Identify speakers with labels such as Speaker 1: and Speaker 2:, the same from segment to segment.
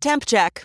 Speaker 1: Temp check.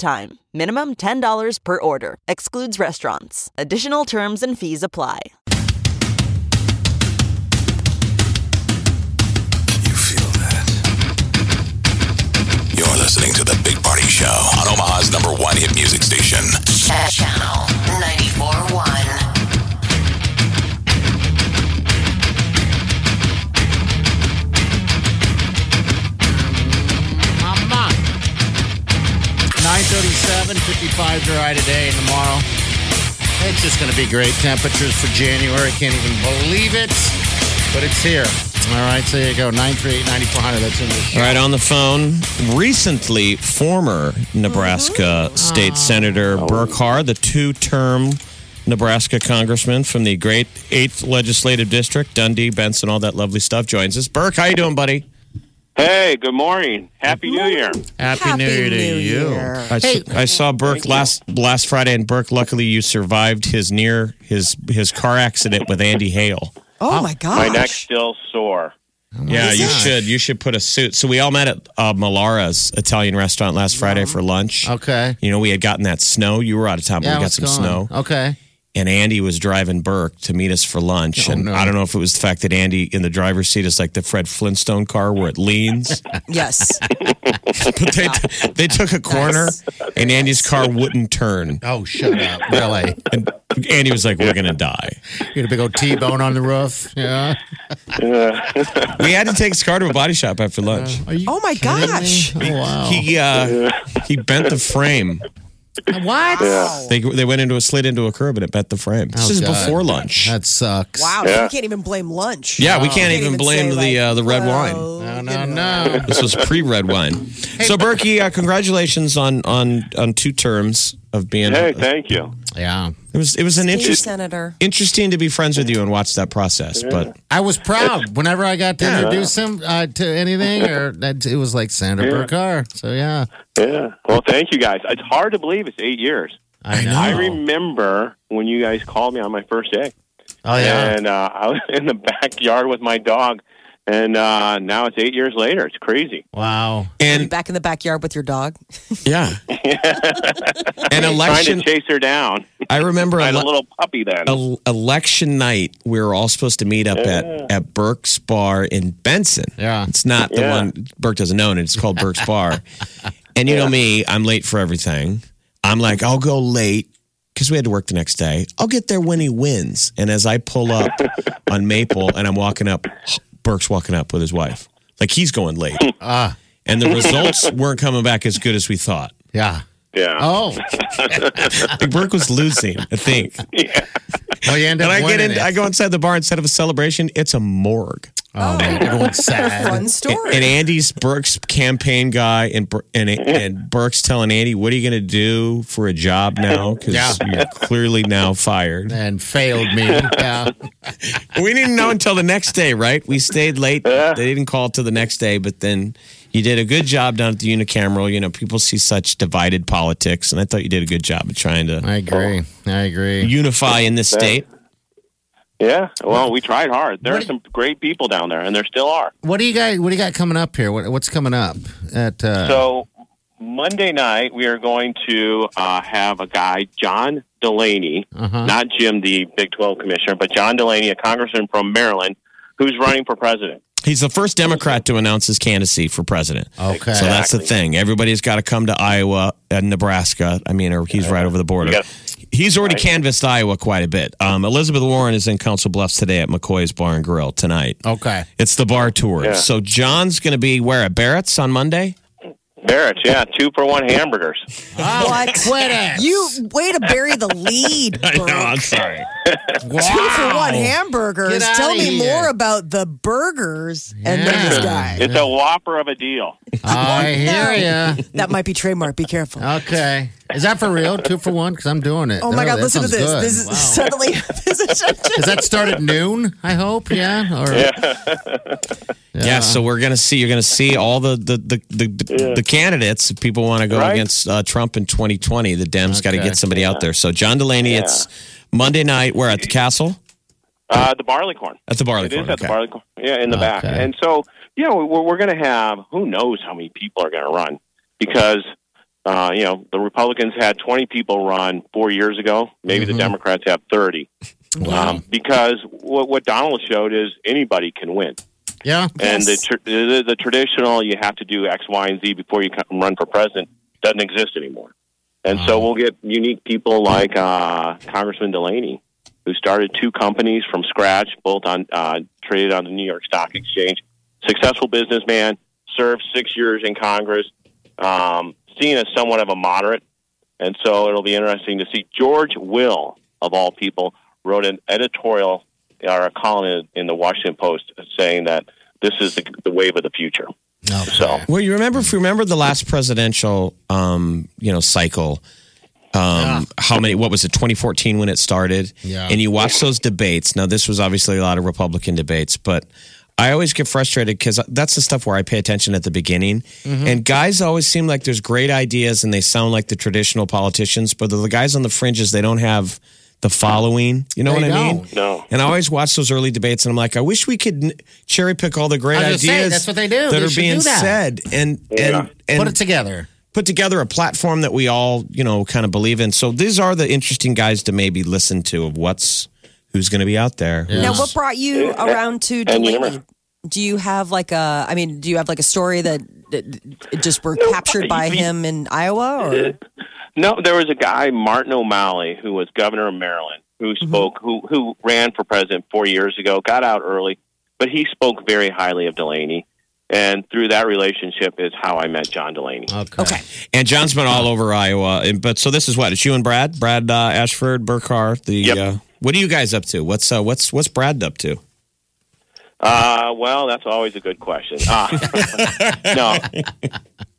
Speaker 1: time. Minimum $10 per order. Excludes restaurants. Additional terms and fees apply.
Speaker 2: You feel that. You're listening to the Big Party Show on Omaha's number one hit music station.
Speaker 3: Ch- Channel 94.1.
Speaker 4: Mama. 937, 55 dry today and tomorrow. It's just going to be great temperatures for January. Can't even believe it, but it's here. All right, so there you go. 938 9400. That's in the
Speaker 5: All right, on the phone, recently former Nebraska State Senator
Speaker 4: Oh.
Speaker 5: Burkhar, the two term Nebraska congressman from the great 8th Legislative District, Dundee, Benson, all that lovely stuff, joins us. Burke, how you doing, buddy?
Speaker 6: Hey, good morning. Happy New Year.
Speaker 4: Happy, New Year to you.
Speaker 5: I, s- I saw Burke last last Friday, and Burke, luckily you survived his near his his car accident with Andy Hale.
Speaker 7: Oh my
Speaker 6: My
Speaker 7: gosh.
Speaker 6: neck's still sore.
Speaker 5: Yeah, you
Speaker 4: gosh.
Speaker 5: should you should put a suit. So we all met at uh, Malara's Italian restaurant last Friday for lunch.
Speaker 4: Okay.
Speaker 5: You know, we had gotten that snow. You were out of town, but
Speaker 4: Yeah,
Speaker 5: we got
Speaker 4: what's
Speaker 5: some
Speaker 4: going on?
Speaker 5: snow.
Speaker 4: Okay.
Speaker 5: and Andy was driving Burke to meet us for lunch. and
Speaker 4: Oh, no.
Speaker 5: I don't know if it was the fact that Andy in the driver's seat is like the Fred Flintstone car where it leans,
Speaker 7: Yes.
Speaker 5: but they, they took a corner and Andy's car wouldn't turn.
Speaker 4: Oh, shut up. Really?
Speaker 5: And Andy was like, We're going to die.
Speaker 4: You had a big old T bone on the roof. Yeah.
Speaker 5: We had to take his car to a body shop after lunch.
Speaker 4: Are you
Speaker 7: Oh my
Speaker 4: kidding me?
Speaker 7: gosh.
Speaker 4: Oh, wow.
Speaker 5: He, uh, he bent the frame.
Speaker 4: what?
Speaker 5: They, they went into a slid into a curb and it bent the frame. This
Speaker 4: Oh,
Speaker 5: is
Speaker 4: God.
Speaker 5: before lunch.
Speaker 4: That sucks.
Speaker 7: Wow.
Speaker 6: Yeah.
Speaker 7: You can't even blame lunch.
Speaker 5: yeah, we
Speaker 7: You
Speaker 5: can't even blame
Speaker 7: say,
Speaker 5: the
Speaker 7: like,
Speaker 5: uh, the red wine.
Speaker 7: "Oh,
Speaker 4: No, no, no.
Speaker 5: This was pre red wine. So Berkey, uh, congratulations on on on two terms of being.
Speaker 6: Hey, thank you.
Speaker 4: Yeah.
Speaker 5: it was it was an
Speaker 7: Thank you,
Speaker 5: interest,
Speaker 7: Senator.
Speaker 5: interesting to be friends with you and watch that process. But
Speaker 4: I was proud whenever I got to introduce him uh, to anything, or that it was like Sandra
Speaker 6: Yeah.
Speaker 4: Burkar. So yeah,
Speaker 6: Yeah. Well, thank you guys. It's hard to believe it's eight years.
Speaker 4: I know.
Speaker 6: I remember when you guys called me on my first day,
Speaker 4: oh yeah,
Speaker 6: and uh, I was in the backyard with my dog, and uh, now it's eight years later. It's crazy.
Speaker 4: wow.
Speaker 7: You
Speaker 5: and
Speaker 7: back in the backyard with your dog.
Speaker 5: yeah, an
Speaker 6: Trying to
Speaker 5: election.
Speaker 6: chase her down.
Speaker 5: I remember
Speaker 6: I had a
Speaker 5: ele-
Speaker 6: little puppy then.
Speaker 5: el- election night. We were all supposed to meet up at at Burke's Bar in Benson.
Speaker 4: Yeah.
Speaker 5: it's not the
Speaker 6: Yeah.
Speaker 5: one Burke doesn't own. It's called Burke's Bar. And you know me, I'm late for everything. I'm like, I'll go late because we had to work the next day. I'll get there when he wins. And as I pull up on Maple and I'm walking up, Burke's walking up with his wife. Like he's going late.
Speaker 4: Ah.
Speaker 5: And the results weren't coming back as good as we thought.
Speaker 4: Yeah.
Speaker 6: yeah.
Speaker 4: Oh,
Speaker 5: Like Burke was losing, I think.
Speaker 4: well, Oh, you end up
Speaker 5: And I get
Speaker 4: winning
Speaker 5: in, I
Speaker 4: it.
Speaker 5: go inside the bar instead of a celebration, it's a morgue.
Speaker 4: oh, man, everyone's sad.
Speaker 7: Fun story.
Speaker 5: And Andy's Burke's campaign guy, and Bur- and and Burke's telling Andy, "What are you going to do for a job now? Because
Speaker 4: Yeah.
Speaker 5: you're clearly now fired."
Speaker 4: And failed me. Yeah.
Speaker 5: We didn't know until the next day, right? We stayed late. They didn't call till the next day, but then you did a good job down at the unicameral. You know, people see such divided politics, and I thought you did a good job of trying to
Speaker 4: I agree. I agree.
Speaker 5: unify in this state.
Speaker 6: yeah. Well, we tried hard. There
Speaker 4: What
Speaker 6: are
Speaker 4: do-
Speaker 6: some great people down there, and there still are.
Speaker 4: What do you guys? What do you got coming up here? What, what's coming up at? Uh,
Speaker 6: So Monday night we are going to uh, have a guy, John Delaney,
Speaker 4: Uh-huh.
Speaker 6: not Jim, the Big Twelve commissioner, but John Delaney, a congressman from Maryland, who's running for president.
Speaker 5: He's the first Democrat to announce his candidacy for president.
Speaker 4: okay.
Speaker 5: So that's the
Speaker 6: Exactly.
Speaker 5: thing. Everybody's got to come to Iowa and Nebraska. I mean, or he's right over the border.
Speaker 6: Yeah.
Speaker 5: He's already canvassed Iowa quite a bit. Um, Elizabeth Warren is in Council Bluffs today at McCoy's Bar and Grill tonight.
Speaker 4: okay.
Speaker 5: It's the bar tour.
Speaker 6: Yeah.
Speaker 5: So John's going to be where at Barrett's on Monday.
Speaker 6: Barrett's, yeah, two for one hamburgers.
Speaker 4: Oh,
Speaker 7: What?
Speaker 4: Quit it.
Speaker 7: You way to bury the lead.
Speaker 5: I know.
Speaker 7: Brooke.
Speaker 5: I'm sorry.
Speaker 4: wow.
Speaker 7: Two for one hamburgers.
Speaker 4: Get outta
Speaker 7: Tell me
Speaker 4: here.
Speaker 7: more about the burgers and then this guy.
Speaker 6: It's a whopper of a deal.
Speaker 4: Oh, I hear ya.
Speaker 7: That might be trademark. Be
Speaker 4: Oh,
Speaker 7: careful.
Speaker 4: Okay. Is that for real? Two for one? Because I'm doing it.
Speaker 7: Oh my
Speaker 4: There,
Speaker 7: God!
Speaker 4: that
Speaker 7: Listen to
Speaker 4: sounds
Speaker 7: this.
Speaker 4: good.
Speaker 7: This is
Speaker 4: Wow.
Speaker 7: suddenly a position.
Speaker 4: Does that start at noon? I hope. Yeah. Or,
Speaker 5: Yeah. so we're gonna see. You're gonna see all the the the the, the candidates. If people want to go
Speaker 6: Right.
Speaker 5: against uh, Trump in 2020, the Dems got to
Speaker 4: Okay.
Speaker 5: get somebody out there. So John Delaney, it's Monday night. We're at the castle
Speaker 6: Uh, the barleycorn.
Speaker 5: at the Barleycorn.
Speaker 6: It is at the
Speaker 5: okay.
Speaker 6: Barleycorn. Yeah, in the back.
Speaker 4: Okay.
Speaker 6: And so, you know, we're, we're going to have who knows how many people are going to run because, uh, you know, the Republicans had 20 people run four years ago. Maybe
Speaker 4: Mm-hmm.
Speaker 6: the Democrats have 30. Um, because what, what Donald showed is anybody can win.
Speaker 4: Yeah.
Speaker 6: And the,
Speaker 7: Yes.
Speaker 6: tr- the, the traditional, you have to do X, Y, and Z before you come run for president, doesn't exist anymore. And so we'll get unique people like uh, Congressman Delaney, who started two companies from scratch, both on uh, traded on the New York Stock Exchange. Successful businessman, served six years in Congress, um, seen as somewhat of a moderate. And so it'll be interesting to see. George Will, of all people, wrote an editorial or a column in, in the Washington Post saying that this is the, the wave of the future.
Speaker 4: Okay.
Speaker 6: So
Speaker 5: Well, you remember if you remember the last presidential, um, you know, cycle. Um, How many? What was it? 2014 when it started.
Speaker 4: Yeah.
Speaker 5: And you watch those debates. Now, this was obviously a lot of Republican debates, but I always get frustrated because that's the stuff where I pay attention at the beginning.
Speaker 4: Mm-hmm.
Speaker 5: And guys always seem like there's great ideas and they sound like the traditional politicians, but the guys on the fringes they don't have the following. You know
Speaker 4: They
Speaker 5: what I mean?
Speaker 4: don't.
Speaker 6: No.
Speaker 5: And I always watch those early debates, and I'm like, I wish we could n- cherry pick all the great
Speaker 4: I was
Speaker 5: ideas
Speaker 4: gonna say, that's what they do.
Speaker 5: that
Speaker 4: They
Speaker 5: are
Speaker 4: should
Speaker 5: being
Speaker 4: do that.
Speaker 5: said, and
Speaker 6: Yeah.
Speaker 5: and and
Speaker 4: Put it together.
Speaker 5: put together a platform that we all you know kind of believe in. So these are the interesting guys to maybe listen to of what's who's going to be out there.
Speaker 7: Now, what brought you around to
Speaker 6: and you
Speaker 7: Delaney?
Speaker 6: never-
Speaker 7: Do you have like a? I mean, do you have like a story that that- it just were captured by
Speaker 6: I-
Speaker 7: him in Iowa? Or
Speaker 6: No, there was a guy, Martin O'Malley, who was governor of Maryland, who spoke, who who ran for president four years ago, got out early, but he spoke very highly of Delaney, and through that relationship is how I met John Delaney.
Speaker 4: Okay.
Speaker 7: okay,
Speaker 5: And John's been all over Iowa, and, but so this is what it's you and Brad, Brad uh, Ashford, Burkhart. The
Speaker 6: Yep.
Speaker 5: uh, what are you guys up to? What's uh, what's what's Brad up to?
Speaker 6: Uh, well, that's always a good question. Uh, no.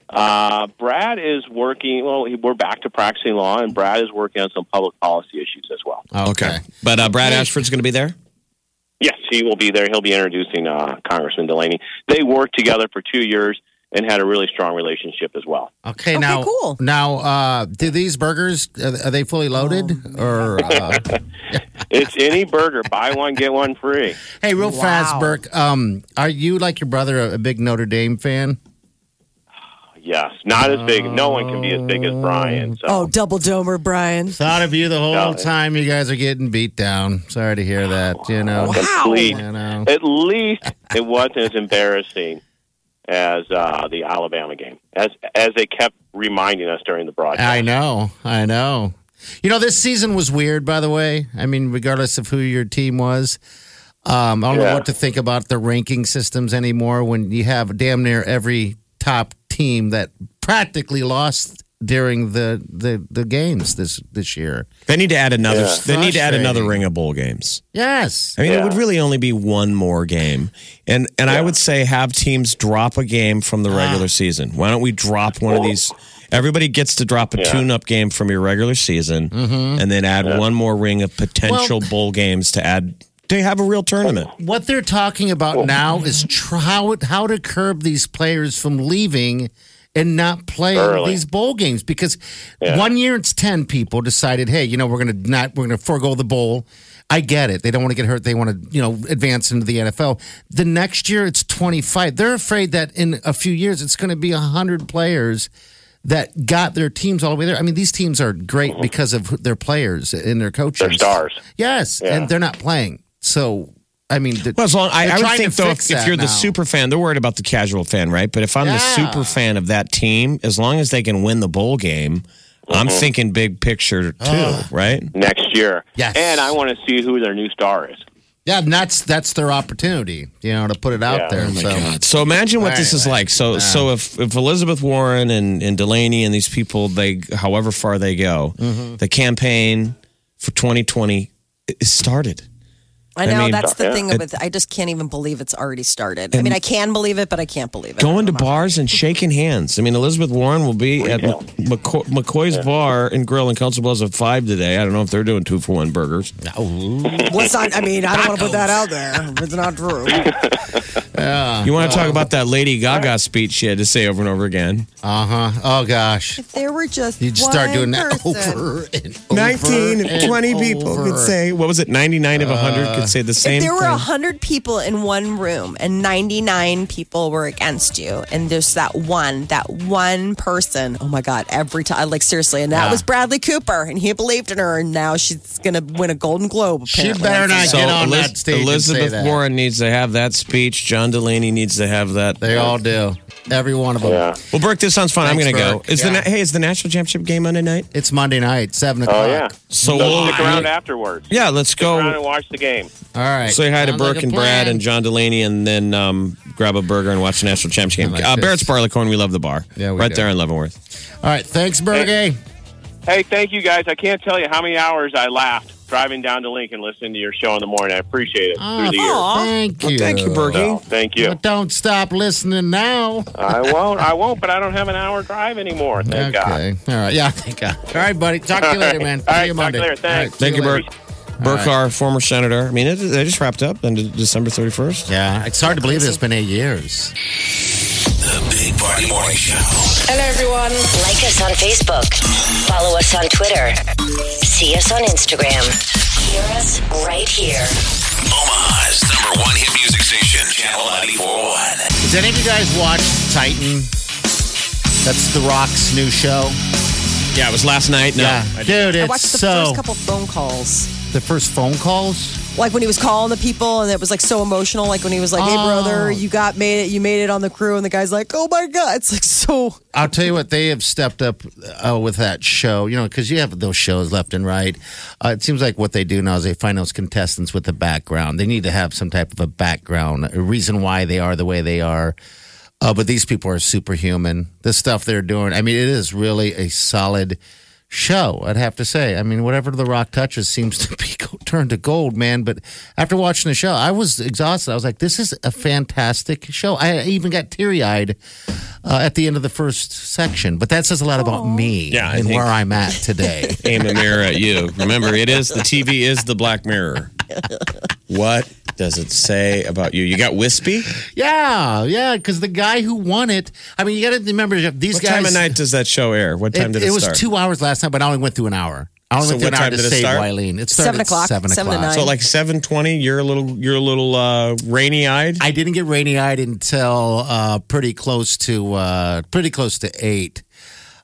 Speaker 6: Uh, Brad is working, well, we're back to practicing law, and Brad is working on some public policy issues as well.
Speaker 4: Okay.
Speaker 5: but uh, Brad Ashford's going to be there.
Speaker 6: Yes, he will be there. He'll be introducing uh, Congressman Delaney. They worked together for two years and had a really strong relationship as well.
Speaker 4: Okay, now,
Speaker 7: cool.
Speaker 4: now, uh, do these burgers are are they fully loaded
Speaker 7: Oh,
Speaker 4: or? Uh,
Speaker 6: It's any burger, buy one get one free.
Speaker 4: hey, real fast,
Speaker 7: Wow.
Speaker 4: Burke. Um, are you like your brother a, a big Notre Dame fan?
Speaker 6: Yes, not as big. No one can be as big as Brian. So
Speaker 7: oh, double domer, Brian.
Speaker 4: Thought of you the whole
Speaker 6: No.
Speaker 4: time. You guys are getting beat down. Sorry to hear that. You know.
Speaker 6: at least,
Speaker 4: You know.
Speaker 6: at least it wasn't as embarrassing as uh, the Alabama game, as as they kept reminding us during the broadcast.
Speaker 4: I know. I know. You know, this season was weird, by the way. I mean, regardless of who your team was, um, I don't know
Speaker 6: Yeah.
Speaker 4: what to think about the ranking systems anymore when you have damn near every top team that practically lost during the the, the games this this year.
Speaker 5: They need to add another.
Speaker 6: Yeah.
Speaker 5: They need to add another
Speaker 4: Frustrating.
Speaker 5: ring of bowl games.
Speaker 4: Yes.
Speaker 5: I mean, it
Speaker 6: Yeah.
Speaker 5: would really only be one more game, and and I would say have teams drop a game from the
Speaker 4: Ah.
Speaker 5: regular season. Why don't we drop one of these? Everybody gets to drop a
Speaker 6: Yeah.
Speaker 5: tune-up game from your regular season,
Speaker 4: Mm-hmm.
Speaker 5: and then add one more ring of potential bowl games to add to have a real tournament.
Speaker 4: What they're talking
Speaker 6: Oh.
Speaker 4: about now is tr- how how to curb these players from leaving and not playing
Speaker 6: Early.
Speaker 4: these bowl games because
Speaker 6: Yeah.
Speaker 4: one year it's 10 people decided hey you know we're going to not we're going to forego the bowl i get it they don't want to get hurt they want to you know advance into the nfl the next year it's 25 they're afraid that in a few years it's going to be 100 players that got their teams all the way there i mean these teams are great because of who- their players and their coaches
Speaker 6: They're Uh-huh. stars.
Speaker 4: Yes, and they're not playing. So I mean, the,
Speaker 5: Well, as long, I,
Speaker 4: they're
Speaker 5: I would
Speaker 4: trying
Speaker 5: think
Speaker 4: to
Speaker 5: though,
Speaker 4: fix
Speaker 5: if, if
Speaker 4: that
Speaker 5: you're the
Speaker 4: now.
Speaker 5: super fan, they're worried about the casual fan, right? But if I'm the
Speaker 4: Yeah.
Speaker 5: super fan of that team, as long as they can win the bowl game, I'm
Speaker 4: Mm-hmm.
Speaker 5: thinking
Speaker 4: Ah.
Speaker 5: big picture too, right?
Speaker 6: Next year,
Speaker 4: Yes.
Speaker 6: and I want to see who their new star is.
Speaker 4: Yeah, and that's that's their opportunity, you know, to put it out
Speaker 6: Yeah.
Speaker 4: there.
Speaker 5: Oh my
Speaker 4: so
Speaker 5: God. So imagine what this is
Speaker 4: Anyway,
Speaker 5: like. So so if, if Elizabeth Warren and, and Delaney and these people, they however far they go, the campaign for 2020 is started.
Speaker 7: I know
Speaker 5: mean-
Speaker 7: that's the
Speaker 6: Yeah.
Speaker 7: thing of it. I just can't even believe it's already started. I mean, I can believe it, but I can't believe it.
Speaker 5: Going to bars and shaking hands. I mean, Elizabeth Warren will be at
Speaker 6: Retail.
Speaker 5: McCoy, McCoy's Bar and Grill in Council Bluffs at 5 today. I don't know if they're doing two for one burgers.
Speaker 4: Oh.
Speaker 7: What's not, I mean, I don't want to put that out there. It's not true.
Speaker 5: You want to talk about that Lady Gaga speech she had to say over and over again?
Speaker 4: uh huh. Oh gosh,
Speaker 7: There were just
Speaker 4: you just start
Speaker 7: one
Speaker 4: doing that
Speaker 7: person.
Speaker 4: over and over
Speaker 5: 19
Speaker 4: and
Speaker 5: of 20 people
Speaker 4: over.
Speaker 5: could say, what was it? 99 of 100 could say the same
Speaker 7: If there were
Speaker 5: thing.
Speaker 7: 100 people in one room and 99 people were against you, and there's that one, that one person, oh my God, every time, like seriously, and that
Speaker 4: Yeah.
Speaker 7: was Bradley Cooper, and he believed in her, and now she's going to win a Golden Globe.
Speaker 4: She
Speaker 7: Apparently.
Speaker 4: better not
Speaker 5: So
Speaker 4: get on
Speaker 5: Eliz-
Speaker 4: that stage. and say
Speaker 5: Elizabeth
Speaker 4: that.
Speaker 5: Warren needs to have that speech. John Delaney needs to have that.
Speaker 4: They all do. Every one of them.
Speaker 6: Yeah.
Speaker 5: Well, Burke, this sounds fun. I'm going
Speaker 4: Thanks,
Speaker 5: to go.
Speaker 4: Burke.
Speaker 5: Is
Speaker 4: Yeah.
Speaker 5: the na- hey is the national championship game on tonight?
Speaker 4: It's Monday night, seven o'clock.
Speaker 6: Oh yeah.
Speaker 5: So
Speaker 6: So
Speaker 5: we'll-
Speaker 6: stick around afterwards.
Speaker 5: Yeah, let's
Speaker 6: Stick around
Speaker 5: go.
Speaker 6: and watch the game.
Speaker 4: All right.
Speaker 5: Say hi to
Speaker 4: Sounds
Speaker 5: Burke
Speaker 4: like a
Speaker 5: and Brad
Speaker 4: plan.
Speaker 5: and John Delaney, and then um, grab a burger and watch the national championship game.
Speaker 4: I like
Speaker 5: uh,
Speaker 4: this.
Speaker 5: Barrett's Barleycorn, we love the bar.
Speaker 4: Yeah, we
Speaker 5: right
Speaker 4: do.
Speaker 5: there in Leavenworth.
Speaker 4: All right. Thanks, Berge.
Speaker 6: Hey, thank you guys. I can't tell you how many hours I laughed driving down to Lincoln listening to your show in the morning. I appreciate it through the years.
Speaker 4: thank you.
Speaker 5: thank you, Berge.
Speaker 6: So, thank you.
Speaker 4: But don't stop listening now.
Speaker 6: I won't. I won't. But I don't have an hour drive anymore. Thank God.
Speaker 4: okay. All right. Yeah. Thank God. All right, buddy. Talk to you
Speaker 6: All
Speaker 4: later,
Speaker 6: right.
Speaker 4: man.
Speaker 6: All
Speaker 4: See
Speaker 6: right,
Speaker 4: you
Speaker 6: talk
Speaker 4: Monday.
Speaker 6: to you later.
Speaker 4: All right,
Speaker 6: Thanks.
Speaker 4: see
Speaker 5: Thank you,
Speaker 4: later.
Speaker 5: Burke. Burke, our former senator. I mean, it, they just wrapped up on December 31st.
Speaker 4: Yeah, it's hard to believe it's been eight years.
Speaker 2: The Big Party Morning Show.
Speaker 8: Hello, everyone.
Speaker 3: Like us on Facebook. Follow us on Twitter. See us on Instagram. Hear us right here.
Speaker 2: Omaha's number one hit music station, Channel 941.
Speaker 4: Does any of you guys watch Titan? That's The Rock's new show.
Speaker 5: Yeah, it was last night. No, I didn't.
Speaker 4: dude,
Speaker 7: I
Speaker 4: it's
Speaker 7: watched the
Speaker 4: so
Speaker 7: first couple phone calls.
Speaker 4: the first phone calls.
Speaker 7: like when he was calling the people and it was like so emotional like when he was like hey
Speaker 4: Oh.
Speaker 7: brother you got made it you made it on the crew and the guy's like oh my god it's like so
Speaker 4: I'll tell you what, they have stepped up uh, with that show, you know, because you have those shows left and right. Uh, it seems like what they do now is they find those contestants with a background. They need to have some type of a background, a reason why they are the way they are. Uh, but these people are superhuman. The stuff they're doing, I mean, it is really a solid show, I'd have to say. I mean, whatever The Rock touches seems to be go- turned to gold, man. But after watching the show, I was exhausted. I was like, this is a fantastic show. I even got teary eyed uh, at the end of the first section. But that says a lot about me
Speaker 5: Yeah, I
Speaker 4: and
Speaker 5: think-
Speaker 4: where I'm at today.
Speaker 5: aim a mirror at you. Remember, it is the TV is the black mirror. What does it say about you? You got wispy.
Speaker 4: yeah, yeah, because the guy who won it, I mean, you got to remember Jeff, these
Speaker 5: What
Speaker 4: guys.
Speaker 5: time of night does that show air? What time
Speaker 4: it,
Speaker 5: did it,
Speaker 4: it was
Speaker 5: start?
Speaker 4: two hours last time, but I only went through an hour. I only
Speaker 5: So
Speaker 4: went through
Speaker 5: what
Speaker 4: an hour
Speaker 5: time
Speaker 4: to
Speaker 5: did it
Speaker 4: save
Speaker 5: start?
Speaker 4: Eileen. It started
Speaker 7: Seven o'clock,
Speaker 4: At seven
Speaker 7: seven to
Speaker 4: o'clock.
Speaker 7: nine.
Speaker 5: So like seven twenty. You're a little. You're a little uh, rainy eyed.
Speaker 4: I didn't get rainy eyed until uh, pretty close to uh, pretty close to eight.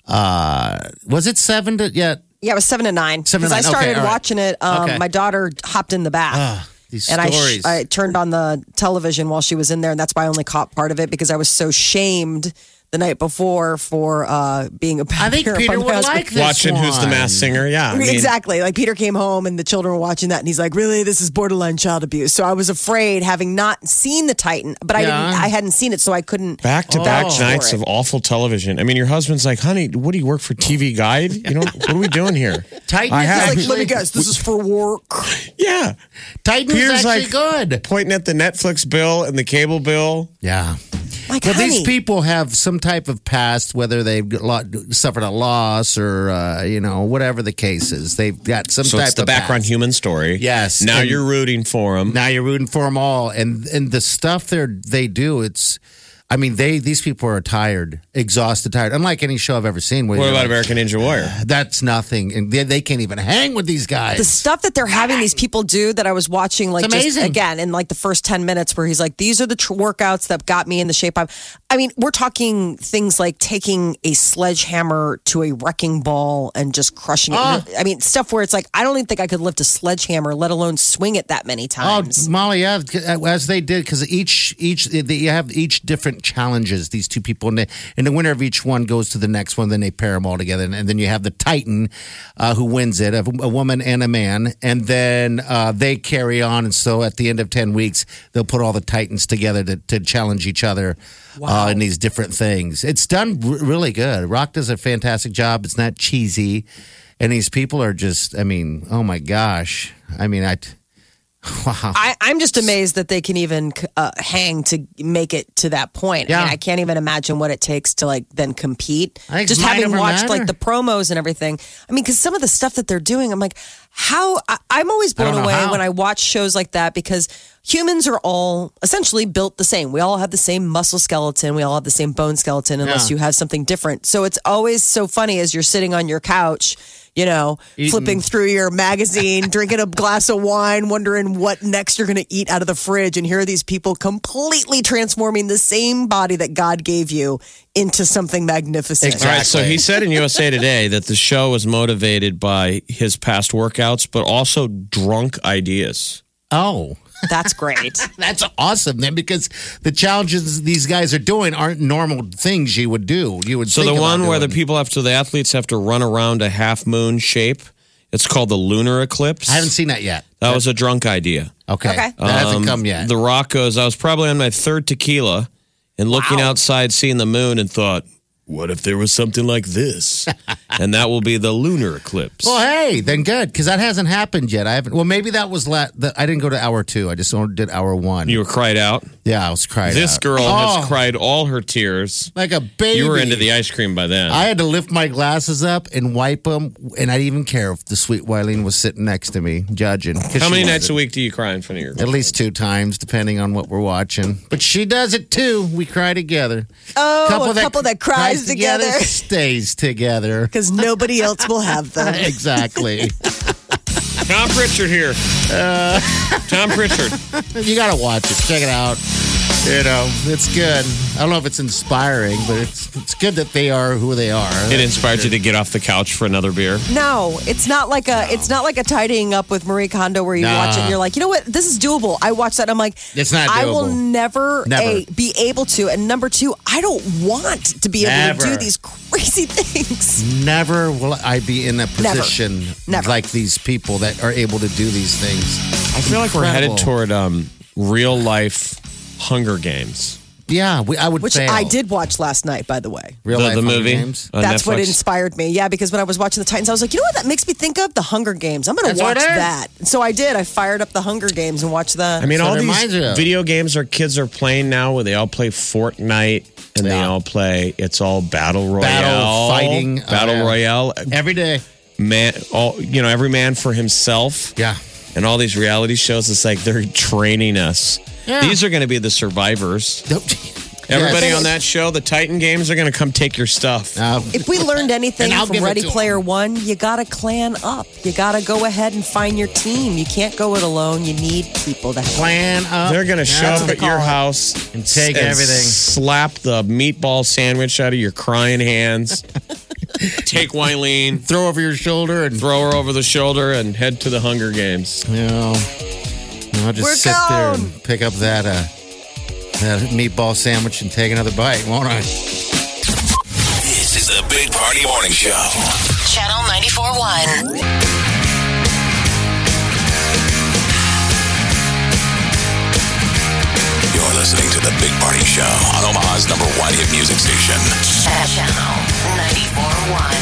Speaker 4: Uh, was it seven to yet?
Speaker 7: yeah it was seven to nine
Speaker 4: Seven to
Speaker 7: i
Speaker 4: nine, okay,
Speaker 7: started
Speaker 4: all right.
Speaker 7: watching it um,
Speaker 4: Okay.
Speaker 7: my daughter hopped in the bath
Speaker 4: These
Speaker 7: and I, sh-
Speaker 4: stories.
Speaker 7: I turned on the television while she was in there and that's why i only caught part of it because i was so shamed the night before for uh, being a
Speaker 4: I think Peter would like this
Speaker 5: Watching Who's the
Speaker 4: one.
Speaker 5: Masked Singer. Yeah, I mean,
Speaker 7: exactly. Like Peter came home and the children were watching that, and he's like, "Really, this is borderline child abuse." So I was afraid, having not seen the Titan, but I
Speaker 4: Yeah.
Speaker 7: didn't, I hadn't seen it, so I couldn't.
Speaker 5: Back to back
Speaker 4: Oh.
Speaker 5: nights of awful television. I mean, your husband's like, "Honey, what do you work for? TV Guide? You know, what are we doing here?"
Speaker 4: Titan
Speaker 5: I
Speaker 4: is
Speaker 5: have-
Speaker 4: actually,
Speaker 7: Like, let me guess, this is for work.
Speaker 5: Yeah,
Speaker 4: Titan is
Speaker 5: Peter's
Speaker 4: actually
Speaker 5: like
Speaker 4: good.
Speaker 5: pointing at the Netflix bill and the cable bill.
Speaker 4: Yeah.
Speaker 7: Like,
Speaker 4: Well,
Speaker 7: honey,
Speaker 4: these people have some type of past, whether they've got lo- suffered a loss or uh, you know whatever the case is. They've got some
Speaker 5: So
Speaker 4: type
Speaker 5: it's the
Speaker 4: of
Speaker 5: background
Speaker 4: past.
Speaker 5: human story.
Speaker 4: Yes,
Speaker 5: Now
Speaker 4: and-
Speaker 5: you're rooting for him.
Speaker 4: Now you're rooting for them all, and and the stuff they they do, it's. I mean, they these people are tired, exhausted, tired. Unlike any show I've ever seen. Where
Speaker 5: What
Speaker 4: you're
Speaker 5: about
Speaker 4: like,
Speaker 5: American Ninja Warrior?
Speaker 4: That's nothing, and they, they can't even hang with these guys.
Speaker 7: the stuff that they're having these people do that I was watching, like
Speaker 4: It's
Speaker 7: just
Speaker 4: amazing.
Speaker 7: again in like the first ten minutes, where he's like, "These are the tr- workouts that got me in the shape I'm." I mean, we're talking things like taking a sledgehammer to a wrecking ball and just crushing it.
Speaker 4: Ah.
Speaker 7: I mean, stuff where it's like, I don't even think I could lift a sledgehammer, let alone swing it that many
Speaker 4: Oh,
Speaker 7: times.
Speaker 4: uh, Molly, yeah, as they did, because each each they have each different different challenges. These two people, and the, and the winner of each one goes to the next one. Then they pair them all together, and, and then you have the Titan uh, who wins it, a, a woman and a man, and then uh, they carry on. And so at the end of ten weeks, they'll put all the Titans together to, to challenge each other uh, in these different things. It's done r- really good. Rock does a fantastic job. It's not cheesy, and these people are just. I mean, oh my gosh. I mean, I. Wow.
Speaker 7: I, I'm just amazed that they can even uh, hang to make it to that point. I,
Speaker 4: Yeah.
Speaker 7: mean, I can't even imagine what it takes to like then compete.
Speaker 4: I think
Speaker 7: Just
Speaker 4: mine
Speaker 7: having
Speaker 4: over
Speaker 7: watched
Speaker 4: matter.
Speaker 7: like the promos and everything. I mean, because some of the stuff that they're doing, I'm like, how? I, I'm always
Speaker 4: I don't
Speaker 7: blown
Speaker 4: know
Speaker 7: away
Speaker 4: how.
Speaker 7: when I watch shows like that because humans are all essentially built the same. We all have the same muscle skeleton. We all have the same bone skeleton, unless
Speaker 4: Yeah.
Speaker 7: you have something different. So it's always so funny as you're sitting on your couch. You know, flipping through your magazine, drinking a glass of wine, wondering what next you're going to eat out of the fridge. And here are these people completely transforming the same body that God gave you into something magnificent.
Speaker 5: All right, so he said in USA Today that the show was motivated by his past workouts, but also drunk ideas.
Speaker 4: Oh.
Speaker 7: That's great.
Speaker 4: That's awesome then because the challenges these guys are doing aren't normal things you would do. You would
Speaker 5: So
Speaker 4: think
Speaker 5: the
Speaker 4: about
Speaker 5: one where the
Speaker 4: doing.
Speaker 5: people have to, the athletes have to run around a half moon shape. It's called the lunar eclipse.
Speaker 4: I haven't seen that yet.
Speaker 5: that was a drunk idea.
Speaker 4: Okay.
Speaker 7: Okay.
Speaker 4: That hasn't come yet.
Speaker 5: Um, The Rock goes, I was probably on my third tequila and looking outside, seeing the moon, and thought, what if there was something like this? and that will be the lunar eclipse.
Speaker 4: well, hey, then good because that hasn't happened yet. I haven't. Well, maybe that was la- the, I didn't go to hour two. I just only did hour one.
Speaker 5: you were cried out.
Speaker 4: yeah, I was crying.
Speaker 5: This
Speaker 4: out.
Speaker 5: girl
Speaker 4: oh,
Speaker 5: has cried all her tears.
Speaker 4: like a baby.
Speaker 5: You were into the ice cream by then.
Speaker 4: I had to lift my glasses up and wipe them, and I didn't even care if the sweet Wileen was sitting next to me judging.
Speaker 5: How many nights a week do you cry in front of your
Speaker 4: At least two times, depending on what we're watching. But she does it too. We cry together. Oh,
Speaker 7: a couple that cries together.
Speaker 4: stays together.
Speaker 7: Because nobody else will have them.
Speaker 4: Exactly.
Speaker 5: Tom Pritchard here.
Speaker 4: Uh.
Speaker 5: Tom Pritchard.
Speaker 4: you gotta watch it. Check it out. You know, it's good. I don't know if it's inspiring, but it's it's good that they are who they are.
Speaker 5: It inspired you to get off the couch for another beer.
Speaker 7: No, it's not like a it's not like a tidying up with Marie Kondo where you
Speaker 4: Nah.
Speaker 7: watch it and you're like, you know what, this is doable. I watch that and I'm like,
Speaker 4: It's not
Speaker 7: I will
Speaker 4: doable.
Speaker 7: never,
Speaker 4: Never.
Speaker 7: A, be able to. And number two, I don't want to be able to do
Speaker 4: Never. Mm,
Speaker 7: these crazy things.
Speaker 4: Never will I be in a
Speaker 7: Never.
Speaker 4: position
Speaker 7: Never.
Speaker 4: like these people that are able to do these things.
Speaker 5: I feel like we're headed
Speaker 4: Incredible.
Speaker 5: toward um, real life Hunger Games.
Speaker 4: Yeah, we, I would
Speaker 7: Which
Speaker 4: fail.
Speaker 7: I did watch last night, by the way.
Speaker 4: Real
Speaker 5: the,
Speaker 4: life
Speaker 5: the
Speaker 4: Hunger
Speaker 5: movie. Uh,
Speaker 4: Games.
Speaker 5: on
Speaker 7: That's what
Speaker 5: Netflix.
Speaker 7: inspired me. Yeah, because when I was watching the Titans, I was like, you know what that makes me think of? The Hunger Games. I'm going to
Speaker 4: That's what
Speaker 7: watch
Speaker 4: it is.
Speaker 7: that. So I did. I fired up the Hunger Games and watched the.
Speaker 5: I mean,
Speaker 4: So
Speaker 5: all
Speaker 4: it
Speaker 5: these
Speaker 4: reminds you of-
Speaker 5: video games our kids are playing now, where they all play Fortnite and they
Speaker 4: Yeah.
Speaker 5: all play. It's all battle royale,
Speaker 4: fighting,
Speaker 5: battle
Speaker 4: uh,
Speaker 5: royale.
Speaker 4: Every day.
Speaker 5: Man, all you know, every man for himself.
Speaker 4: Yeah.
Speaker 5: and all these reality shows. It's like they're training us.
Speaker 4: Yeah.
Speaker 5: These are going to be the survivors.
Speaker 4: Nope.
Speaker 5: Everybody
Speaker 4: Yes.
Speaker 5: on that show, the Titan games, are going to come take your stuff.
Speaker 4: Uh,
Speaker 7: if we learned anything
Speaker 4: And I'll
Speaker 7: from
Speaker 4: give it
Speaker 7: Ready
Speaker 4: to 'em.
Speaker 7: Player One, you gotta clan up. You gotta go ahead and find your team. You can't go it alone. You need people to help.
Speaker 4: plan up.
Speaker 5: They're going to show
Speaker 4: That's
Speaker 5: up
Speaker 4: what
Speaker 5: at
Speaker 4: they
Speaker 5: your
Speaker 4: call it.
Speaker 5: house
Speaker 4: And take
Speaker 5: s-
Speaker 4: everything.
Speaker 5: Slap the meatball sandwich out of your crying hands. take Wileen,
Speaker 4: Throw over your shoulder and
Speaker 5: throw her over the shoulder, and head to the Hunger Games.
Speaker 4: you know, I'll just
Speaker 7: We're
Speaker 4: sit there
Speaker 7: gone.
Speaker 4: and pick up that uh, that meatball sandwich and take another bite, won't I?
Speaker 2: This is the Big Party Morning Show.
Speaker 3: Channel 94.1.
Speaker 2: You're listening to the Big Party Show on Omaha's number one hit music station.
Speaker 3: Channel 94.1.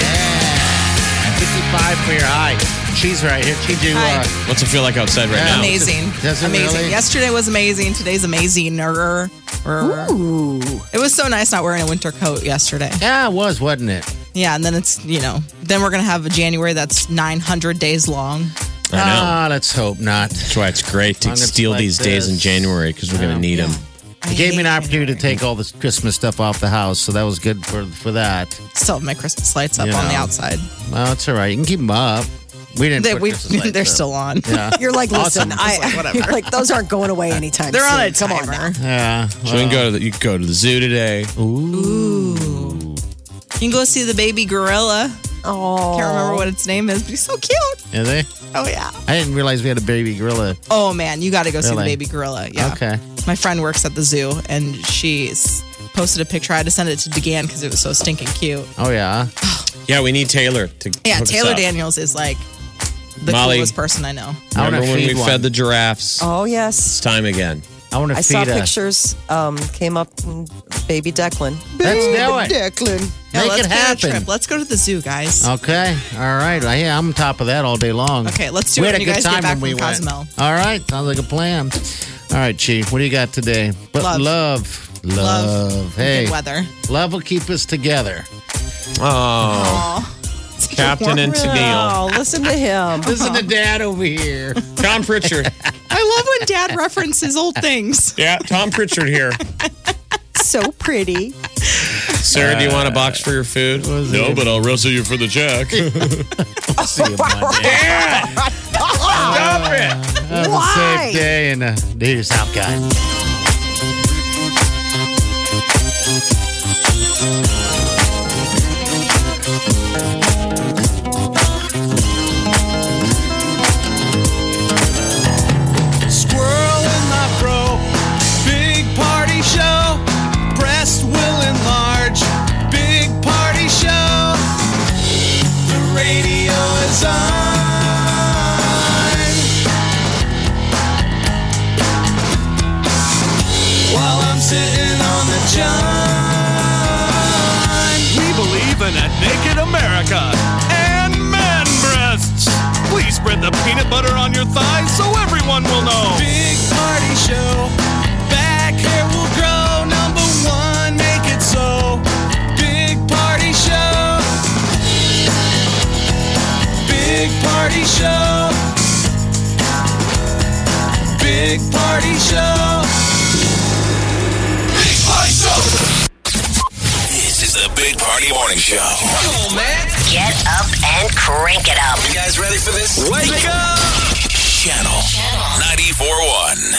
Speaker 4: Yeah, fifty-five for your high. She's right here. She do.
Speaker 8: Hi.
Speaker 4: Uh,
Speaker 5: What's it feel like outside right
Speaker 4: Yeah.
Speaker 5: now?
Speaker 8: amazing.
Speaker 4: Does it
Speaker 8: amazing.
Speaker 4: really?
Speaker 8: Yesterday was amazing. Today's amazing. Ooh. It was so nice not wearing a winter coat yesterday.
Speaker 4: yeah, it was, wasn't it?
Speaker 8: Yeah, and then it's, you know, then we're going to have a January that's 900 days long.
Speaker 5: I know.
Speaker 4: Ah, let's hope not.
Speaker 5: That's why it's great to
Speaker 4: Long as it's
Speaker 5: steal
Speaker 4: like
Speaker 5: these days in
Speaker 4: this.
Speaker 5: January because we're going to need them.
Speaker 8: I
Speaker 4: It gave me an
Speaker 8: hate
Speaker 4: opportunity to take all this Christmas stuff off the house, so that was good for for that.
Speaker 8: Still have my Christmas lights up
Speaker 4: You
Speaker 8: on the
Speaker 4: know.
Speaker 8: outside.
Speaker 4: Well, it's all right. You can keep them up. We didn't.
Speaker 8: They,
Speaker 4: put
Speaker 8: we,
Speaker 4: Christmas lights
Speaker 8: they're
Speaker 4: up.
Speaker 8: still on.
Speaker 4: Yeah.
Speaker 7: You're like, listen, I,
Speaker 8: whatever.
Speaker 7: you're like those aren't going away anytime.
Speaker 8: They're on a
Speaker 7: soon. Come on, now.
Speaker 8: timer.
Speaker 4: Yeah.
Speaker 5: So we can go to the, you can go to the zoo today.
Speaker 8: You can go see the baby gorilla.
Speaker 7: Oh,
Speaker 8: Can't remember what its name is, but he's so cute.
Speaker 4: Are they?
Speaker 8: Oh yeah.
Speaker 4: I didn't realize we had a baby gorilla.
Speaker 8: Oh man, you got to go see the
Speaker 4: Really?
Speaker 8: baby gorilla. Yeah.
Speaker 4: Okay.
Speaker 8: My friend works at the zoo, and she's posted a picture. I had to send it to Degan because it was so stinking cute.
Speaker 4: Oh yeah.
Speaker 5: Yeah, we need Taylor to.
Speaker 8: Yeah,
Speaker 5: hook us
Speaker 8: Taylor
Speaker 5: up.
Speaker 8: Daniels is like the
Speaker 5: Molly.
Speaker 8: coolest person I know.
Speaker 4: I wanna
Speaker 5: Remember when
Speaker 4: feed
Speaker 5: we
Speaker 4: one.
Speaker 5: fed the giraffes?
Speaker 7: Oh
Speaker 5: It's
Speaker 7: yes,
Speaker 5: time again.
Speaker 4: I want to
Speaker 7: I
Speaker 4: feed
Speaker 7: saw
Speaker 4: a-
Speaker 7: pictures. Um, came up, mm, baby Declan.
Speaker 4: Let's do it.
Speaker 7: Declan.
Speaker 8: Yeah,
Speaker 4: Make it
Speaker 8: let's plan a
Speaker 4: happen. Oh,
Speaker 8: trip. Let's go to the zoo, guys.
Speaker 4: Okay. All right. Well, yeah, I'm on top of that all day long.
Speaker 8: Okay, let's do
Speaker 4: we
Speaker 8: it
Speaker 4: had
Speaker 8: when
Speaker 4: a
Speaker 8: you
Speaker 4: good
Speaker 8: guys get
Speaker 4: time
Speaker 8: back
Speaker 4: when we
Speaker 8: from
Speaker 4: went.
Speaker 8: Cozumel.
Speaker 4: All right. Sounds like a plan. All right, Chief. What do you got today? But
Speaker 8: Love.
Speaker 4: love. Love. Hey.
Speaker 8: Good weather.
Speaker 4: Love will keep us together.
Speaker 5: Oh,
Speaker 8: Aw.
Speaker 5: Captain and Tennille.
Speaker 7: Oh, listen to him.
Speaker 4: Listen to Dad over here.
Speaker 5: Tom Pritchard.
Speaker 8: I love when Dad references old things.
Speaker 5: yeah, Tom Pritchard here.
Speaker 7: so pretty.
Speaker 5: Sarah, do you want a box
Speaker 4: Uh,
Speaker 5: for your food? No, but I'll wrestle you for the jack.
Speaker 4: See you Monday.
Speaker 5: Stop it.
Speaker 4: Have a safe day and uh, do your South guy.
Speaker 9: Squirrel in my fro. Big party show. Breast will enlarge. Big party show. The radio is on. While I'm sitting on the john. We believe in a naked America and man breasts. Please spread the peanut butter on your thighs so everyone will know. Big party show. Back hair will grow. Number one, make it so. Big party show. Big party show. Big party show.
Speaker 2: Big Party Show. This is the Big Party Morning Show. You
Speaker 9: Come on, man.
Speaker 3: Get up and crank it up.
Speaker 2: guys ready for this?
Speaker 9: Wake up!
Speaker 2: Channel 94.1.